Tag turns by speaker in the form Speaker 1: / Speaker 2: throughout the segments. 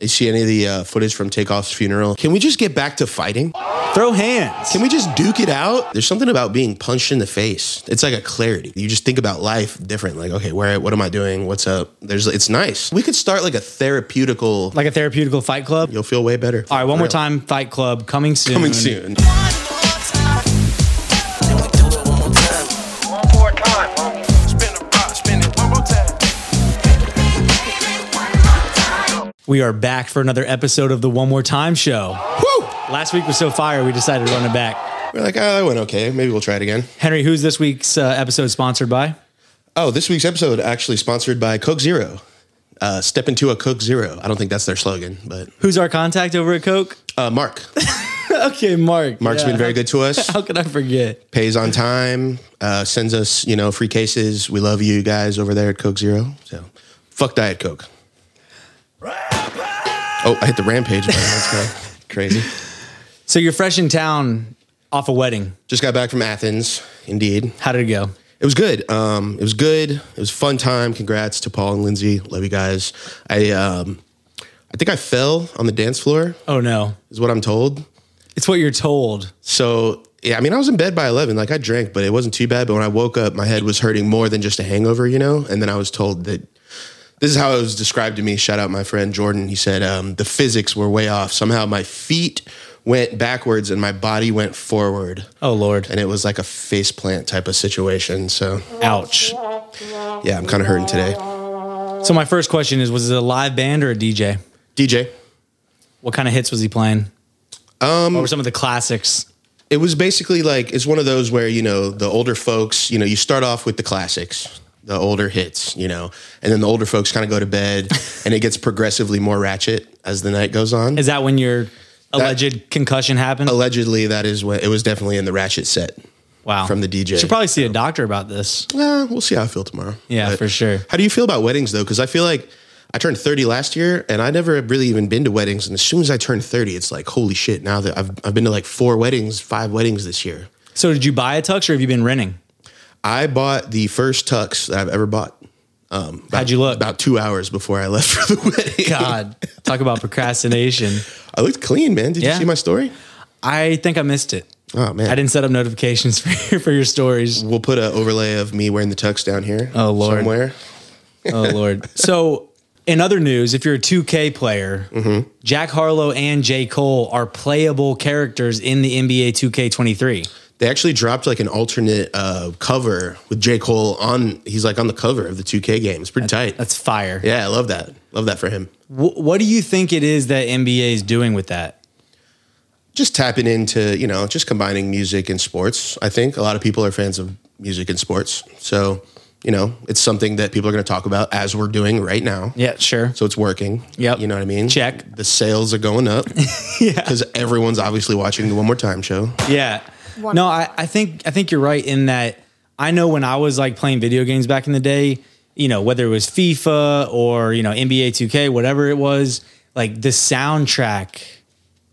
Speaker 1: Is see any of the uh, footage from Takeoff's funeral? Can we just get back to fighting?
Speaker 2: Throw hands.
Speaker 1: Can we just duke it out? There's something about being punched in the face. It's like a clarity. You just think about life different. Like, okay, where? What am I doing? What's up? There's. It's nice. We could start like a therapeutical.
Speaker 2: like a therapeutical fight club.
Speaker 1: You'll feel way better.
Speaker 2: All right, one more time. Fight Club coming soon.
Speaker 1: Coming soon.
Speaker 3: One more time, homie. Spin the rock, spin it one more time.
Speaker 2: We are back for another episode of the One More Time Show.
Speaker 1: Woo!
Speaker 2: Last week was so fire, we decided to run it back.
Speaker 1: We're like, oh, that went okay. Maybe we'll try it again.
Speaker 2: Henry, who's this week's uh, episode sponsored by?
Speaker 1: Oh, this week's episode actually sponsored by Coke Zero. Uh, step into a Coke Zero. I don't think that's their slogan, but
Speaker 2: Who's our contact over at Coke?
Speaker 1: uh, Mark.
Speaker 2: Okay, Mark.
Speaker 1: Mark's
Speaker 2: Mark's
Speaker 1: been very good to us.
Speaker 2: How could I forget?
Speaker 1: Pays on time. Uh, sends us, you know, free cases. We love you guys over there at Coke Zero. So, fuck Diet Coke. Oh, I hit the rampage button. That's kinda crazy.
Speaker 2: So you're fresh in town off a wedding.
Speaker 1: Just got back from Athens. Indeed,
Speaker 2: How did it go?
Speaker 1: it was good. Um, it was good. It was a fun time. Congrats to Paul and Lindsay. Love you guys. I um, I think I fell on the dance floor.
Speaker 2: Oh no.
Speaker 1: Is what I'm told.
Speaker 2: It's what you're told.
Speaker 1: So yeah, I mean, I was in bed by eleven. Like I drank, but it wasn't too bad. But when I woke up, my head was hurting more than just a hangover, you know. And then I was told that this is how it was described to me. Shout out my friend Jordan. He said um, the physics were way off. Somehow my feet went backwards and my body went forward,
Speaker 2: Oh Lord.
Speaker 1: and it was like a faceplant type of situation. So
Speaker 2: Ouch.
Speaker 1: yeah, I'm kind of hurting today.
Speaker 2: So my first question is was it a live band or a DJ?
Speaker 1: DJ,
Speaker 2: What kind of hits was he playing? Um what were some of the classics?
Speaker 1: it was basically like it's one of those where you know the older folks you know you start off with the classics the older hits you know and then the older folks kind of go to bed and it gets progressively more ratchet as the night goes on
Speaker 2: Is that when your alleged concussion happened?
Speaker 1: allegedly that is when it was definitely in the ratchet set
Speaker 2: wow.
Speaker 1: from the DJ.
Speaker 2: Should probably see a doctor about this.
Speaker 1: Eh, we'll see how i feel tomorrow
Speaker 2: Yeah, for sure.
Speaker 1: how do you feel about weddings though because i feel like i turned 30 last year and i never have really even been to weddings and as soon as i turned 30 it's like holy shit now that i've, I've been to like four weddings five weddings this year
Speaker 2: So did you buy a tux or have you been renting?
Speaker 1: I bought the first tux that I've ever bought. Um, about-
Speaker 2: How'd you look?
Speaker 1: About two hours before I left for the wedding.
Speaker 2: God, talk about procrastination.
Speaker 1: I looked clean, man. Did
Speaker 2: Yeah.
Speaker 1: you see my story?
Speaker 2: I think I missed it.
Speaker 1: Oh man,
Speaker 2: I didn't set up notifications for your, for your stories.
Speaker 1: We'll put an overlay of me wearing the tux down here.
Speaker 2: Oh, Lord.
Speaker 1: somewhere.
Speaker 2: Oh Lord. So in other news, if you're a 2K player,
Speaker 1: Mm-hmm.
Speaker 2: Jack Harlow and J. Cole are playable characters in the NBA 2K23.
Speaker 1: They actually dropped like an alternate uh, cover with J Cole on. He's like on the cover of the 2K game. It's pretty tight.
Speaker 2: That's fire.
Speaker 1: yeah, I love that. Love that for him.
Speaker 2: Wh- what do you think it is that NBA is doing with that?
Speaker 1: Just tapping into you know just combining music and sports. I think a lot of people are fans of music and sports, so you know it's something that people are going to talk about as we're doing right now.
Speaker 2: Yeah, sure.
Speaker 1: So it's working.
Speaker 2: Yep.
Speaker 1: You know what I mean?
Speaker 2: Check.
Speaker 1: The sales are going up. yeah. Because everyone's obviously watching the One More Time show.
Speaker 2: Yeah. No, I, I think I think you're right in that I know when I was like playing video games back in the day, you know, whether it was FIFA or, you know, NBA 2K, whatever it was, like the soundtrack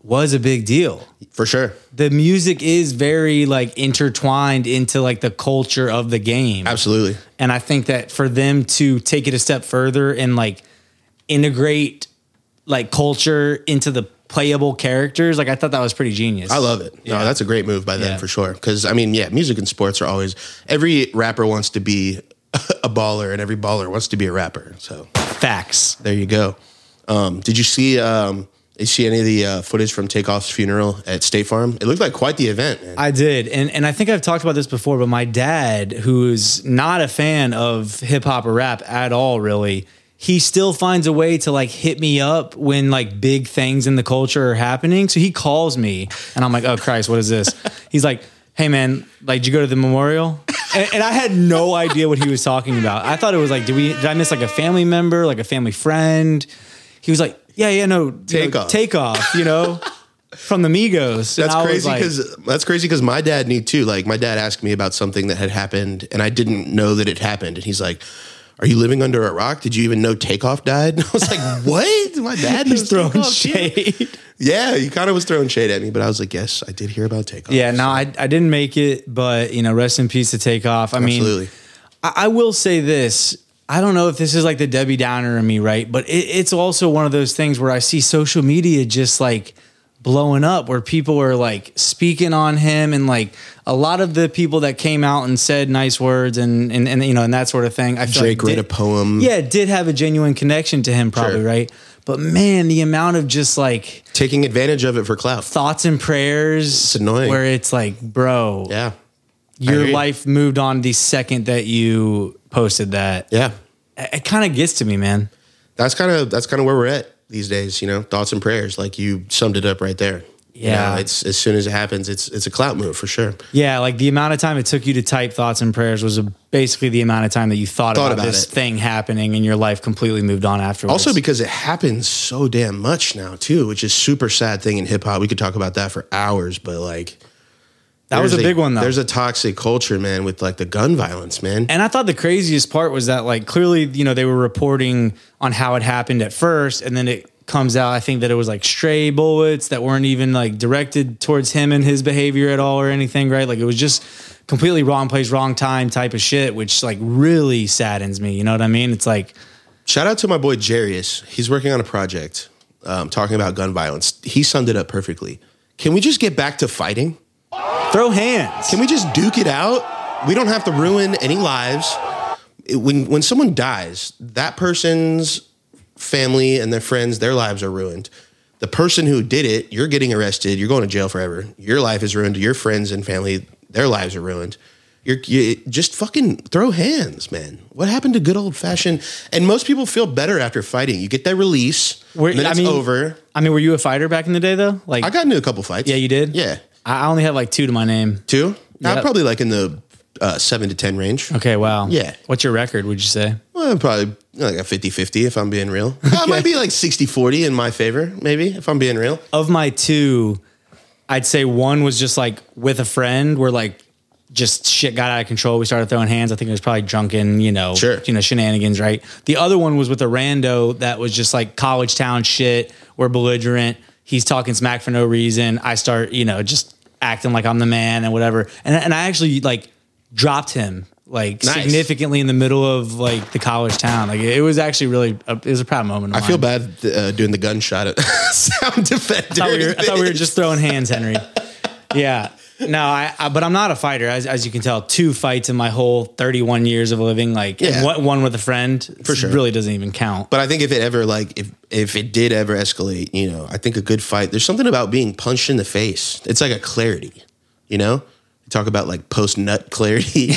Speaker 2: was a big deal.
Speaker 1: For sure.
Speaker 2: The music is very like intertwined into like the culture of the game.
Speaker 1: Absolutely.
Speaker 2: And I think that for them to take it a step further and like integrate like culture into the playable characters, like I thought that was pretty genius.
Speaker 1: I love it. No, that's a great move by them
Speaker 2: Yeah.
Speaker 1: for sure. Because, I mean, yeah, music and sports are always, every rapper wants to be a baller and every baller wants to be a rapper. So
Speaker 2: facts.
Speaker 1: there you go. Um, did you see, um, did you see any of the uh, footage from Takeoff's funeral at State Farm? It looked like quite the event, man.
Speaker 2: I did, and and I think I've talked about this before, but my dad, who's not a fan of hip hop or rap at all, really, he still finds a way to like hit me up when like big things in the culture are happening. So he calls me, and I'm like, "Oh Christ, what is this?" He's like, "Hey man, like, did you go to the memorial?" And, and I had no idea what he was talking about. I thought it was like, "Did we? Did I miss like a family member, like a family friend?" He was like, "Yeah, yeah, no,
Speaker 1: Take
Speaker 2: you know,
Speaker 1: off.
Speaker 2: take off, you know." From the Migos. And
Speaker 1: That's
Speaker 2: I was
Speaker 1: crazy
Speaker 2: like-
Speaker 1: because that's crazy because my dad knew too. Like my dad asked me about something that had happened, and I didn't know that it happened. And he's like, "Are you living under a rock? Did you even know Takeoff died?" And I was like, "What? My dad
Speaker 2: He's
Speaker 1: knows
Speaker 2: throwing
Speaker 1: Takeoff, too?"
Speaker 2: shade.
Speaker 1: Yeah, he kind of was throwing shade at me, but I was like, "Yes, I did hear about Takeoff."
Speaker 2: Yeah, no, I, I didn't make it, but you know, rest in peace to take off. I mean,
Speaker 1: absolutely.
Speaker 2: I, I will say this: I don't know if this is like the Debbie Downer in me, right? But it, it's also one of those things where I see social media just like blowing up, where people are like speaking on him, and like a lot of the people that came out and said nice words and and, and you know and that sort of thing. I feel
Speaker 1: Drake
Speaker 2: like
Speaker 1: read a
Speaker 2: did-
Speaker 1: poem.
Speaker 2: Yeah, did have a genuine connection to him, probably
Speaker 1: Sure.
Speaker 2: right. But man, the amount of just like
Speaker 1: Taking advantage of it for clout.
Speaker 2: thoughts and prayers, it's
Speaker 1: annoying.
Speaker 2: Where it's like, bro,
Speaker 1: Yeah. I hear
Speaker 2: your
Speaker 1: you.
Speaker 2: life moved on the second that you posted that.
Speaker 1: Yeah.
Speaker 2: It, kind of gets to me, man.
Speaker 1: that's kind of that's kind of where we're at these days. You know, thoughts and prayers. Like you summed it up right there. You
Speaker 2: Yeah.
Speaker 1: know, it's as soon as it happens, it's it's a clout move for sure.
Speaker 2: Yeah, like the amount of time it took you to type thoughts and prayers was a, basically the amount of time that you thought,
Speaker 1: Thought
Speaker 2: about,
Speaker 1: about
Speaker 2: this
Speaker 1: it.
Speaker 2: thing happening and your life completely moved on afterwards.
Speaker 1: Also, because it happens so damn much now too, which is super sad thing in hip hop. We could talk about that for hours, but like
Speaker 2: that was a
Speaker 1: there's
Speaker 2: big one though.
Speaker 1: There's a toxic culture, man, with like the gun violence, man.
Speaker 2: And I thought the craziest part was that, like, clearly, you know, they were reporting on how it happened at first, and then it comes out. I think that it was like stray bullets that weren't even like directed towards him and his behavior at all or anything, right? Like, it was just completely wrong place, wrong time type of shit, which like really saddens me. You know what I mean? It's like,
Speaker 1: Shout out to my boy Jarius. He's working on a project um, talking about gun violence. He summed it up perfectly. Can we just get back to fighting?
Speaker 2: throw hands.
Speaker 1: Can we just duke it out? We don't have to ruin any lives. It- when when someone dies, that person's family and their friends, their lives are ruined. The person who did it, you're getting arrested. You're going to jail forever. Your life is ruined. Your friends and family, their lives are ruined. You're you, just fucking throw hands, man. What happened to good old fashioned? And most people feel better after fighting. You get that release.
Speaker 2: Were-
Speaker 1: and then
Speaker 2: I
Speaker 1: it's
Speaker 2: mean-
Speaker 1: over.
Speaker 2: I mean, were you a fighter back in the day though? Like,
Speaker 1: I got into a couple fights.
Speaker 2: yeah, you did?
Speaker 1: Yeah,
Speaker 2: I I only had like two to my name.
Speaker 1: two. I'm
Speaker 2: Yep.
Speaker 1: probably like in the uh, seven to ten range.
Speaker 2: Okay, wow.
Speaker 1: Yeah.
Speaker 2: What's your record, would you say?
Speaker 1: Well, Eh, probably like a 50 50 if I'm being real. It might be like 60 40 in my favor, maybe, if I'm being real.
Speaker 2: of my two, I'd say one was just like with a friend where like just shit got out of control. We started throwing hands. I think it was probably drunken, you know,
Speaker 1: Sure.
Speaker 2: you know, shenanigans, right? The other one was with a rando that was just like college town shit. We're belligerent. He's talking smack for no reason. I start, you know, just acting like I'm the man and whatever. And and I actually like dropped him like
Speaker 1: Nice.
Speaker 2: significantly in the middle of like the college town. Like it was actually really a, it was a proud moment.
Speaker 1: I
Speaker 2: Of
Speaker 1: feel
Speaker 2: mine.
Speaker 1: bad uh, doing the gunshot at sound defender.
Speaker 2: I thought, we were, I thought we were just throwing hands, Henry. Yeah. No, I, I but I'm not a fighter, as, as you can tell. Two fights in my whole 31 years of living, like and
Speaker 1: Yeah.
Speaker 2: one, one with a friend, for
Speaker 1: sure.
Speaker 2: really doesn't even count.
Speaker 1: But I think if it ever, like, if, if it did ever escalate, you know, I think a good fight, there's something about being punched in the face. It's like a clarity, you know? You talk about like post nut clarity.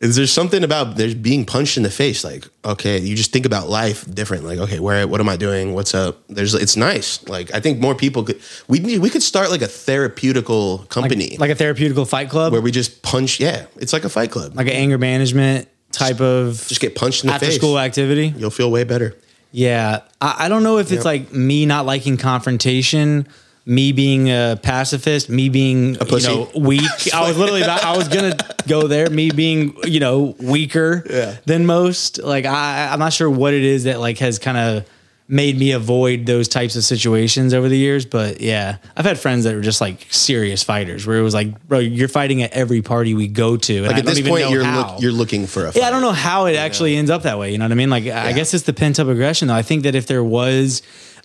Speaker 1: Is there something about there's being punched in the face? Like, okay, you just think about life different. Like, okay, where, what am I doing? What's up? There's, it's nice. Like, I think more people could, we need, we could start like a therapeutical company
Speaker 2: like a therapeutical fight club,
Speaker 1: where we just punch. Yeah, it's like a fight club.
Speaker 2: like an anger management type of
Speaker 1: just get punched in the
Speaker 2: after
Speaker 1: face.
Speaker 2: school activity.
Speaker 1: You'll feel way better.
Speaker 2: Yeah. I, I don't know if it's like me not liking confrontation, me being a pacifist, me being you
Speaker 1: pussy.
Speaker 2: know, weak. I was literally about, I was gonna go there, me being, you know, weaker than most. Like I I'm not sure what it is that like has kind of made me avoid those types of situations over the years. But yeah. I've had friends that were just like serious fighters where it was like, bro, you're fighting at every party we go to. And
Speaker 1: Like
Speaker 2: I
Speaker 1: at
Speaker 2: don't
Speaker 1: this
Speaker 2: even
Speaker 1: point,
Speaker 2: know
Speaker 1: you're
Speaker 2: how.
Speaker 1: look, you're looking for a. Fight.
Speaker 2: Yeah, I don't know how it actually ends up that way. You know what I mean? Like, I I guess it's the pent up aggression, though. I think that if there was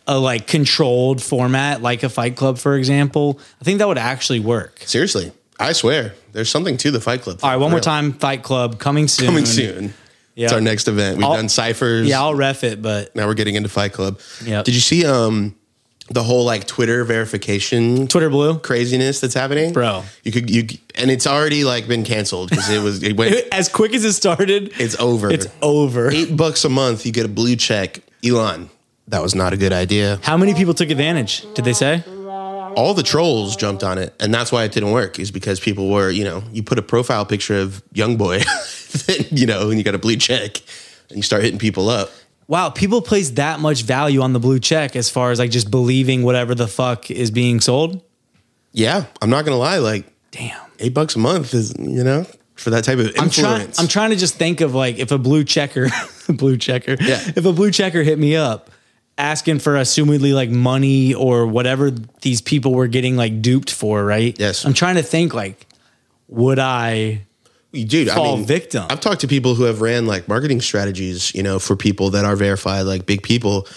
Speaker 2: a like controlled format, like a Fight Club, for example, I think that would actually work.
Speaker 1: Seriously, I swear, there's something to the Fight Club.
Speaker 2: All right, one more time, Fight Club coming soon.
Speaker 1: Coming soon.
Speaker 2: Yeah.
Speaker 1: It's our next event. We've
Speaker 2: I'll-
Speaker 1: done ciphers.
Speaker 2: Yeah, I'll ref it, but
Speaker 1: now we're getting into Fight Club.
Speaker 2: Yep.
Speaker 1: Did you see um the whole like Twitter verification
Speaker 2: Twitter Blue,
Speaker 1: craziness that's happening,
Speaker 2: Bro.
Speaker 1: You could you and it's already like been canceled because it was it went.
Speaker 2: as quick as it started,
Speaker 1: it's over.
Speaker 2: it's over.
Speaker 1: eight bucks a month. You get a blue check. Elon, that was not a good idea.
Speaker 2: How many people took advantage? Did they say?
Speaker 1: all the trolls jumped on it, and that's why it didn't work. Is because people were, you know, you put a profile picture of young boy, then, you know, and you got a blue check, and you start hitting people up.
Speaker 2: Wow, people place that much value on the blue check as far as like just believing whatever the fuck is being sold.
Speaker 1: Yeah, I'm not gonna lie, like
Speaker 2: Damn.
Speaker 1: eight bucks a month is, you know, for that type of
Speaker 2: I'm trying.
Speaker 1: influence.
Speaker 2: I'm trying to just think of like if a blue checker, blue checker,
Speaker 1: Yeah.
Speaker 2: if a blue checker hit me up asking for assumedly like money or whatever these people were getting like duped for, right?
Speaker 1: Yes.
Speaker 2: I'm trying to think like, would I
Speaker 1: dude,
Speaker 2: fall
Speaker 1: I mean,
Speaker 2: victim.
Speaker 1: I've talked to people who have ran like marketing strategies, you know, for people that are verified, like big people,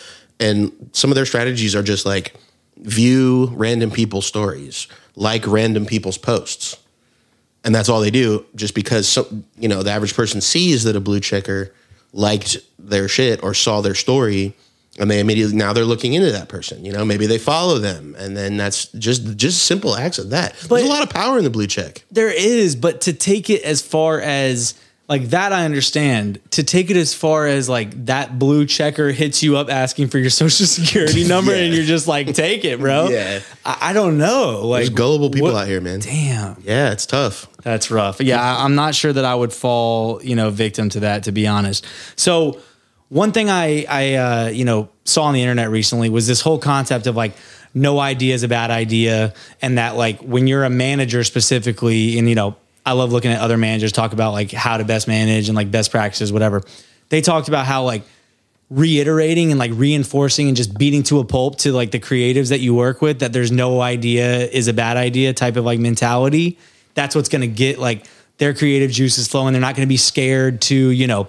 Speaker 1: and some of their strategies are just like view random people's stories, like random people's posts, and that's all they do. Just because some, you know, the average person sees that a blue checker liked their shit or saw their story. And they immediately now they're looking into that person. You know, maybe they follow them, and then that's just just simple acts of that.
Speaker 2: But-
Speaker 1: There's a lot of power in the blue check.
Speaker 2: There is, but to take it as far as like that, I understand. To take it as far as like that blue checker hits you up asking for your social security number,
Speaker 1: Yeah.
Speaker 2: and you're just like, take it, bro.
Speaker 1: Yeah.
Speaker 2: I, I don't know. Like
Speaker 1: There's gullible people
Speaker 2: what-
Speaker 1: out here, man.
Speaker 2: Damn,
Speaker 1: Yeah, it's tough.
Speaker 2: that's rough. Yeah, I- I'm not sure that I would fall, you know, victim to that. To be honest, so one thing I I uh, you know saw on the internet recently was this whole concept of like no idea is a bad idea, and that like when you're a manager specifically, and you know, I love looking at other managers talk about like how to best manage and like best practices, whatever. They talked about how like reiterating and like reinforcing and just beating to a pulp to like the creatives that you work with that there's no idea is a bad idea type of like mentality. That's what's going to get like their creative juices flowing. They're not going to be scared to, you know,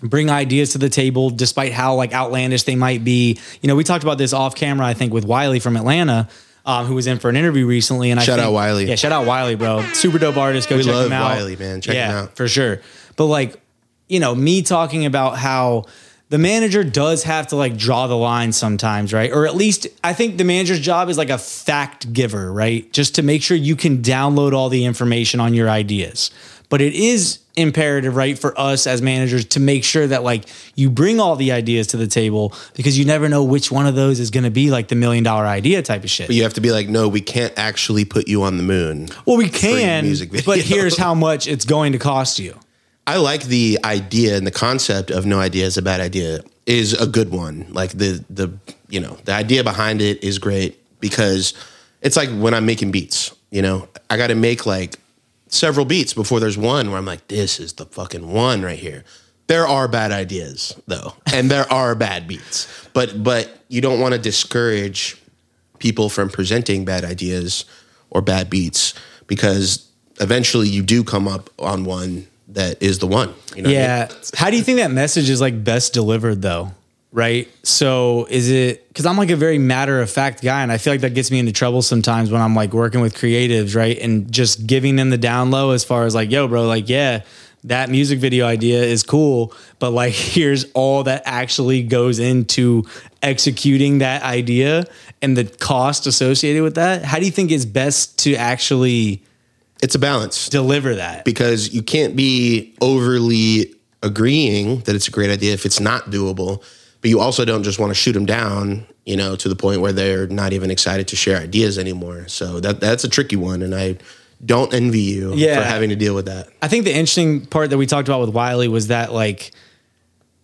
Speaker 2: bring ideas to the table despite how like outlandish they might be. You know, we talked about this off camera, I think, with Wiley from Atlanta. Um, who was in for an interview recently? And I
Speaker 1: Shout out
Speaker 2: think-
Speaker 1: Wiley.
Speaker 2: Yeah, shout out Wiley, bro. Super dope artist. Go
Speaker 1: We
Speaker 2: check
Speaker 1: love
Speaker 2: him out.
Speaker 1: Wiley, man. Check him
Speaker 2: yeah,
Speaker 1: out.
Speaker 2: for sure. But like, you know, me talking about how the manager does have to like draw the line sometimes, right? Or at least I think the manager's job is like a fact giver, right? Just to make sure you can download all the information on your ideas. But it is imperative, right, for us as managers to make sure that like you bring all the ideas to the table because you never know which one of those is going to be like the million dollar idea type of shit.
Speaker 1: You have to be like, no, we can't actually put you on the moon.
Speaker 2: Well, we can,
Speaker 1: music video.
Speaker 2: but here's how much it's going to cost you.
Speaker 1: I like the idea and the concept of no idea is a bad idea is a good one. Like the the you know the idea behind it is great because it's like when I'm making beats. You know, I got to make like several beats before there's one where I'm like, this is the fucking one right here. There are bad ideas though, and there are bad beats, but but you don't want to discourage people from presenting bad ideas or bad beats because eventually you do come up on one that is the one. You know what I mean?
Speaker 2: Yeah. How do you think that message is like best delivered though? Right. So is it because I'm like a very matter of fact guy, and I feel like that gets me into trouble sometimes when I'm like working with creatives, right? And just giving them the down low as far as like, yo, bro, like, yeah, that music video idea is cool, but like, here's all that actually goes into executing that idea and the cost associated with that. How do you think it's best to actually
Speaker 1: It's a balance
Speaker 2: deliver that?
Speaker 1: because you can't be overly agreeing that it's a great idea if it's not doable, but you also don't just want to shoot them down, you know, to the point where they're not even excited to share ideas anymore. So that that's a tricky one and I don't envy you
Speaker 2: Yeah.
Speaker 1: for having to deal with that.
Speaker 2: I think the interesting part that we talked about with Wiley was that like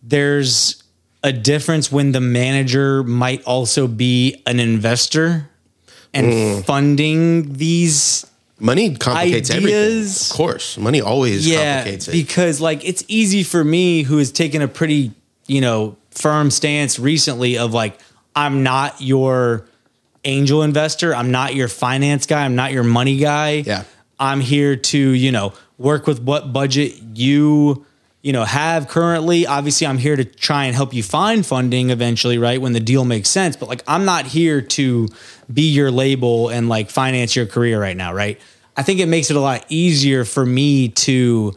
Speaker 2: there's a difference when the manager might also be an investor and
Speaker 1: Mm.
Speaker 2: funding these
Speaker 1: Money complicates everything.
Speaker 2: Ideas-
Speaker 1: Of course. Money always
Speaker 2: yeah
Speaker 1: complicates it.
Speaker 2: because like it's easy for me who has taken a pretty you know firm stance recently of like i'm not your angel investor i'm not your finance guy i'm not your money guy
Speaker 1: Yeah.
Speaker 2: i'm here to you know work with what budget you you know have currently obviously i'm here to try and help you find funding eventually right when the deal makes sense but like i'm not here to be your label and like finance your career right now right i think it makes it a lot easier for me to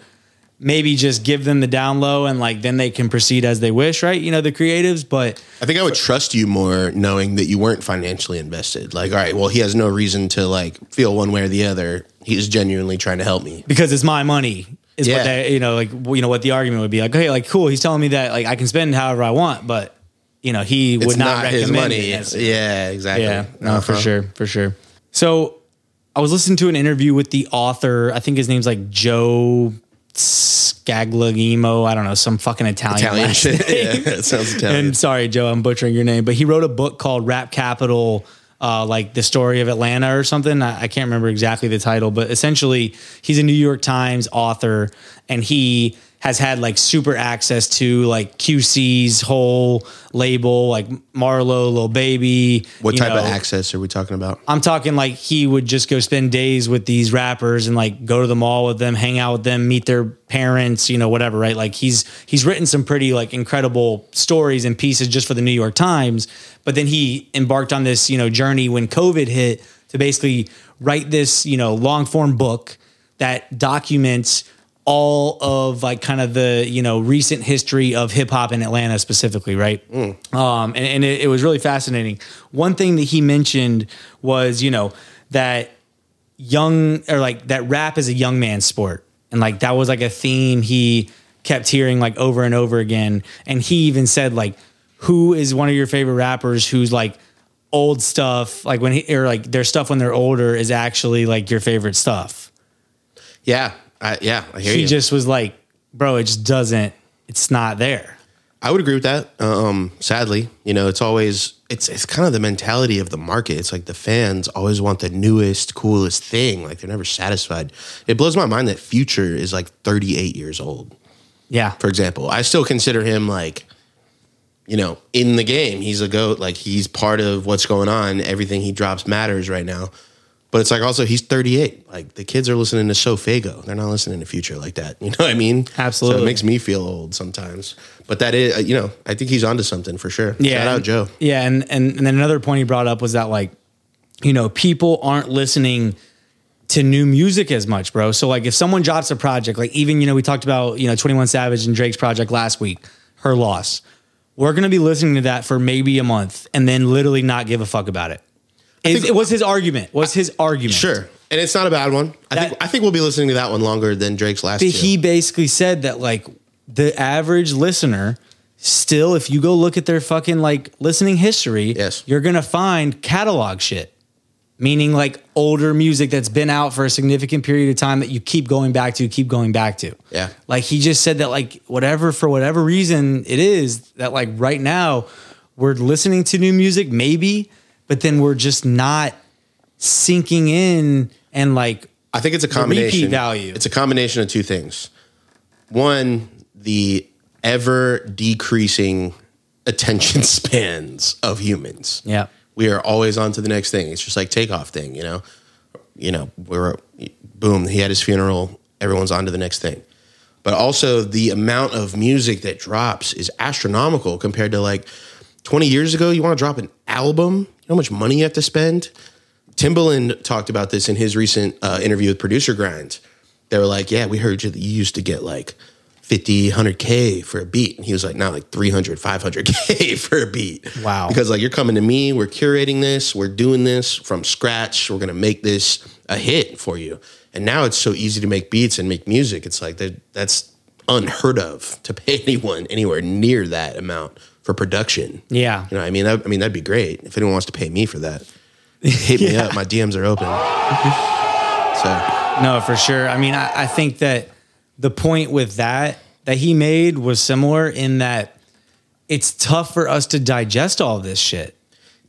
Speaker 2: maybe just give them the down low and like then they can proceed as they wish right you know the creatives but
Speaker 1: I think I would trust you more knowing that you weren't financially invested. Like, all right, well, he has no reason to like feel one way or the other. He's genuinely trying to help me.
Speaker 2: because it's my money is what
Speaker 1: Yeah.
Speaker 2: they, you know, like you know what the argument would be like. Okay, like cool, he's telling me that like I can spend however I want, but you know he would
Speaker 1: It's not,
Speaker 2: not, recommend
Speaker 1: his money.
Speaker 2: It.
Speaker 1: yeah, exactly.
Speaker 2: Yeah, no, for
Speaker 1: Uh-huh.
Speaker 2: sure, for sure. So I was listening to an interview with the author. I think his name's like Joe Scaglagimo. I don't know some fucking Italian.
Speaker 1: Italian
Speaker 2: last
Speaker 1: shit.
Speaker 2: name.
Speaker 1: yeah, that sounds Italian.
Speaker 2: And sorry, Joe, I'm butchering your name, but he wrote a book called Rap Capital, uh, like the story of Atlanta or something. I, I can't remember exactly the title, but essentially, he's a New York Times author, and he has had like super access to like QC's whole label, like Marlo, Lil Baby.
Speaker 1: What
Speaker 2: you
Speaker 1: type of
Speaker 2: know.
Speaker 1: access are we talking about?
Speaker 2: I'm talking like he would just go spend days with these rappers and like go to the mall with them, hang out with them, meet their parents, you know, whatever, right? Like he's he's written some pretty like incredible stories and pieces just for the New York Times, but then he embarked on this, you know, journey when COVID hit to basically write this, you know, long form book that documents all of like kind of the you know recent history of hip hop in Atlanta specifically, right? Um, and and it, it was really fascinating. One thing that he mentioned was you know that young or like that rap is a young man's sport, and like that was like a theme he kept hearing like over and over again. And he even said like, "Who is one of your favorite rappers who's like old stuff? Like when he or like their stuff when they're older is actually like your favorite stuff."
Speaker 1: Yeah, I, yeah, I hear
Speaker 2: he
Speaker 1: you.
Speaker 2: just was like, bro, it just doesn't, it's not there.
Speaker 1: I would agree with that. Um, sadly, you know, it's always it's it's kind of the mentality of the market. It's like the fans always want the newest, coolest thing. Like they're never satisfied. It blows my mind that Future is like 38 years old.
Speaker 2: Yeah.
Speaker 1: For example, I still consider him like, you know, in the game. He's a goat. Like he's part of what's going on. Everything he drops matters right now. But it's like also he's 38. Like the kids are listening to Sofago. They're not listening to Future like that. You know what I mean? So
Speaker 2: Absolutely.
Speaker 1: it makes me feel old sometimes. But that is, you know, I think he's onto something for sure.
Speaker 2: yeah.
Speaker 1: Shout out
Speaker 2: and-
Speaker 1: Joe.
Speaker 2: Yeah. And, and, and then another point he brought up was that, like, you know, people aren't listening to new music as much, bro. So, like, if someone drops a project, like, even, you know, we talked about, you know, 21 Savage and Drake's project last week, her loss. We're going to be listening to that for maybe a month and then literally not give a fuck about it. Is, it was his argument. Was his argument.
Speaker 1: Sure. And it's not a bad one. I
Speaker 2: That-
Speaker 1: think I think we'll be listening to that one longer than Drake's last
Speaker 2: But
Speaker 1: two.
Speaker 2: he basically said that like the average listener still if you go look at their fucking like listening history
Speaker 1: Yes.
Speaker 2: you're gonna find catalog shit meaning like older music that's been out for a significant period of time that you keep going back to keep going back to
Speaker 1: Yeah.
Speaker 2: like he just said that like whatever for whatever reason it is that like right now we're listening to new music maybe but then we're just not sinking in and like
Speaker 1: I think it's a combination.
Speaker 2: repeat value.
Speaker 1: It's a combination of two things. One, the ever decreasing attention spans of humans.
Speaker 2: Yeah.
Speaker 1: We are always on to the next thing. It's just like takeoff thing, you know. You know, we're boom, he had his funeral, everyone's on to the next thing. But also the amount of music that drops is astronomical compared to like 20 years ago, you want to drop an album, you know how much money you have to spend? Timbaland talked about this in his recent uh, interview with Producer Grind. They were like, "Yeah, we heard you that you used to get like 50, 100k for a beat," and he was like, "No, like 300, 500k for a beat."
Speaker 2: Wow.
Speaker 1: Because like you're coming to me, we're curating this, we're doing this from scratch, we're gonna make this a hit for you. And now it's so easy to make beats and make music. It's like that, that's unheard of to pay anyone anywhere near that amount for production.
Speaker 2: Yeah.
Speaker 1: you know, what I mean, that, I mean that'd be great if anyone wants to pay me for that hit me up. My DMs are open. so
Speaker 2: No, for sure. I mean, I, I think that the point with that that he made was similar in that it's tough for us to digest all this shit.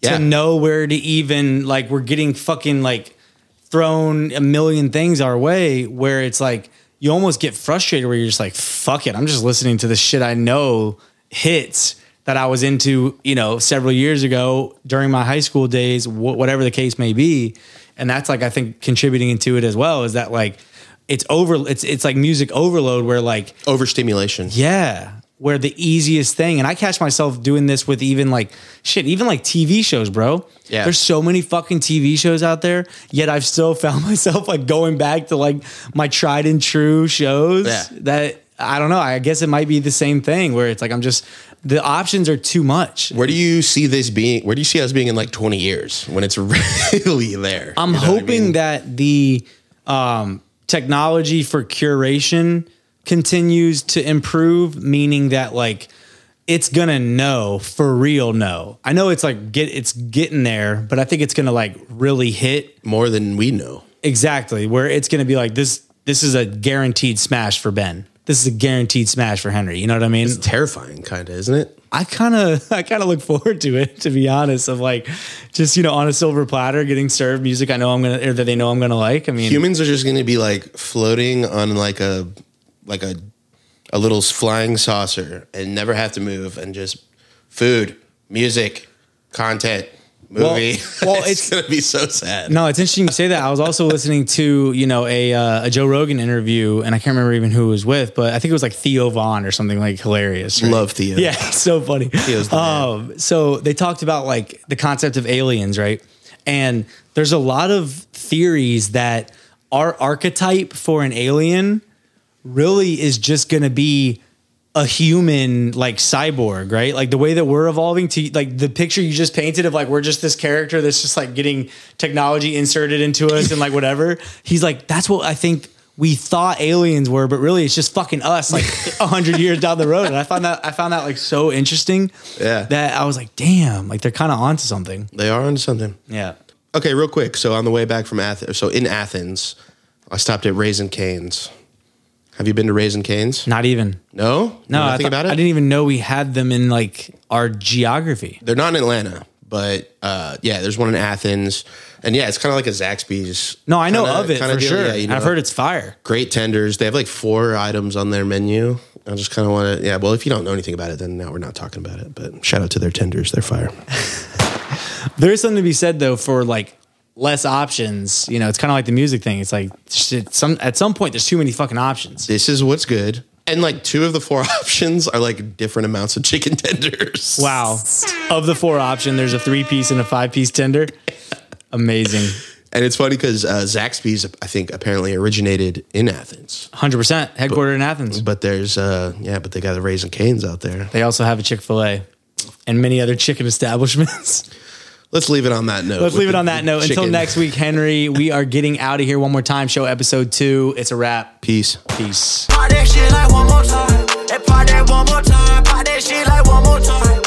Speaker 1: Yeah.
Speaker 2: To know where to even like we're getting fucking like thrown a million things our way where it's like you almost get frustrated where you're just like, fuck it. I'm just listening to the shit I know hits that I was into, you know, several years ago during my high school days, wh- whatever the case may be. And that's like, I think contributing into it as well is that like, it's over, it's, it's like music overload where like
Speaker 1: overstimulation.
Speaker 2: yeah. Where the easiest thing, and I catch myself doing this with even like shit, even like TV shows, bro.
Speaker 1: Yeah.
Speaker 2: There's so many fucking TV shows out there, yet I've still found myself like going back to like my tried and true shows
Speaker 1: Yeah.
Speaker 2: that I don't know. I guess it might be the same thing where it's like I'm just the options are too much.
Speaker 1: Where do you see this being? Where do you see us being in like 20 years when it's really there?
Speaker 2: I'm
Speaker 1: You know what I
Speaker 2: hoping
Speaker 1: mean?
Speaker 2: that the um, technology for curation continues to improve, meaning that like it's gonna know for real. No, I know it's like get it's getting there, but I think it's gonna like really hit
Speaker 1: more than we know.
Speaker 2: exactly where it's gonna be like this. This is a guaranteed smash for Ben. This is a guaranteed smash for Henry. You know what I mean?
Speaker 1: It's terrifying, kind of, isn't it?
Speaker 2: I kind of I kind of look forward to it to be honest of like just you know on a silver platter getting served music I know I'm going to or that they know I'm going to like. I mean
Speaker 1: Humans are just going to be like floating on like a like a a little flying saucer and never have to move and just food, music, content, movie.
Speaker 2: well,
Speaker 1: it's,
Speaker 2: it's-
Speaker 1: gonna be so sad.
Speaker 2: No, it's interesting you say that. I was also listening to you know a uh, a Joe Rogan interview, and I can't remember even who it was with, but I think it was like Theo Vaughn or something like hilarious. right?
Speaker 1: Love Theo.
Speaker 2: Yeah, it's so funny.
Speaker 1: Theo's the man.
Speaker 2: Um, so they talked about like the concept of aliens, right? And there's a lot of theories that our archetype for an alien really is just going to be a human like cyborg, right? Like the way that we're evolving to like the picture you just painted of like we're just this character that's just like getting technology inserted into us and like whatever. He's like, that's what I think we thought aliens were, but really it's just fucking us like a hundred years down the road. And I found that I found that like so interesting.
Speaker 1: Yeah.
Speaker 2: That I was like, damn, like they're kind of onto something.
Speaker 1: They are onto something.
Speaker 2: Yeah.
Speaker 1: Okay, real quick. So on the way back from Athens, so in Athens, I stopped at Raisin Canes. Have you been to Raisin Canes?
Speaker 2: Not even.
Speaker 1: No, You know
Speaker 2: No, I,
Speaker 1: nothing
Speaker 2: thought-
Speaker 1: about it.
Speaker 2: I didn't even know we had them in like our geography.
Speaker 1: They're not in Atlanta, but uh, yeah, there's one in Athens, and yeah, it's kind of like a Zaxby's.
Speaker 2: No, I know
Speaker 1: kinda-
Speaker 2: of it
Speaker 1: kinda
Speaker 2: for
Speaker 1: deal.
Speaker 2: sure.
Speaker 1: Yeah, you know.
Speaker 2: I've heard it's fire.
Speaker 1: great tenders. They have like four items on their menu. I just kind of want to, yeah. Well, if you don't know anything about it, then now we're not talking about it. But shout out to their tenders, they're fire.
Speaker 2: There is something to be said though for like less options. You know, it's kind of like the music thing. It's like shit, some at some point there's too many fucking options.
Speaker 1: This is what's good, and like two of the four options are like different amounts of chicken tenders.
Speaker 2: Wow. Of the four option, there's a three piece and a five piece tender. Amazing.
Speaker 1: And it's funny because uh, Zaxby's, I think, apparently originated in Athens,
Speaker 2: 100% headquartered in Athens.
Speaker 1: but there's, uh, yeah, but they got the Raisin Canes out there.
Speaker 2: They also have a Chick fil A and many other chicken establishments.
Speaker 1: Let's leave it on that note.
Speaker 2: Let's
Speaker 1: with
Speaker 2: leave it
Speaker 1: the
Speaker 2: on that note. Until
Speaker 1: chicken.
Speaker 2: next week, Henry, we are getting out of here one more time. Show episode two. It's a wrap.
Speaker 1: Peace.
Speaker 2: Peace.
Speaker 4: Pop that shit like one more time. And pop that one more time. Pop that shit like one more time.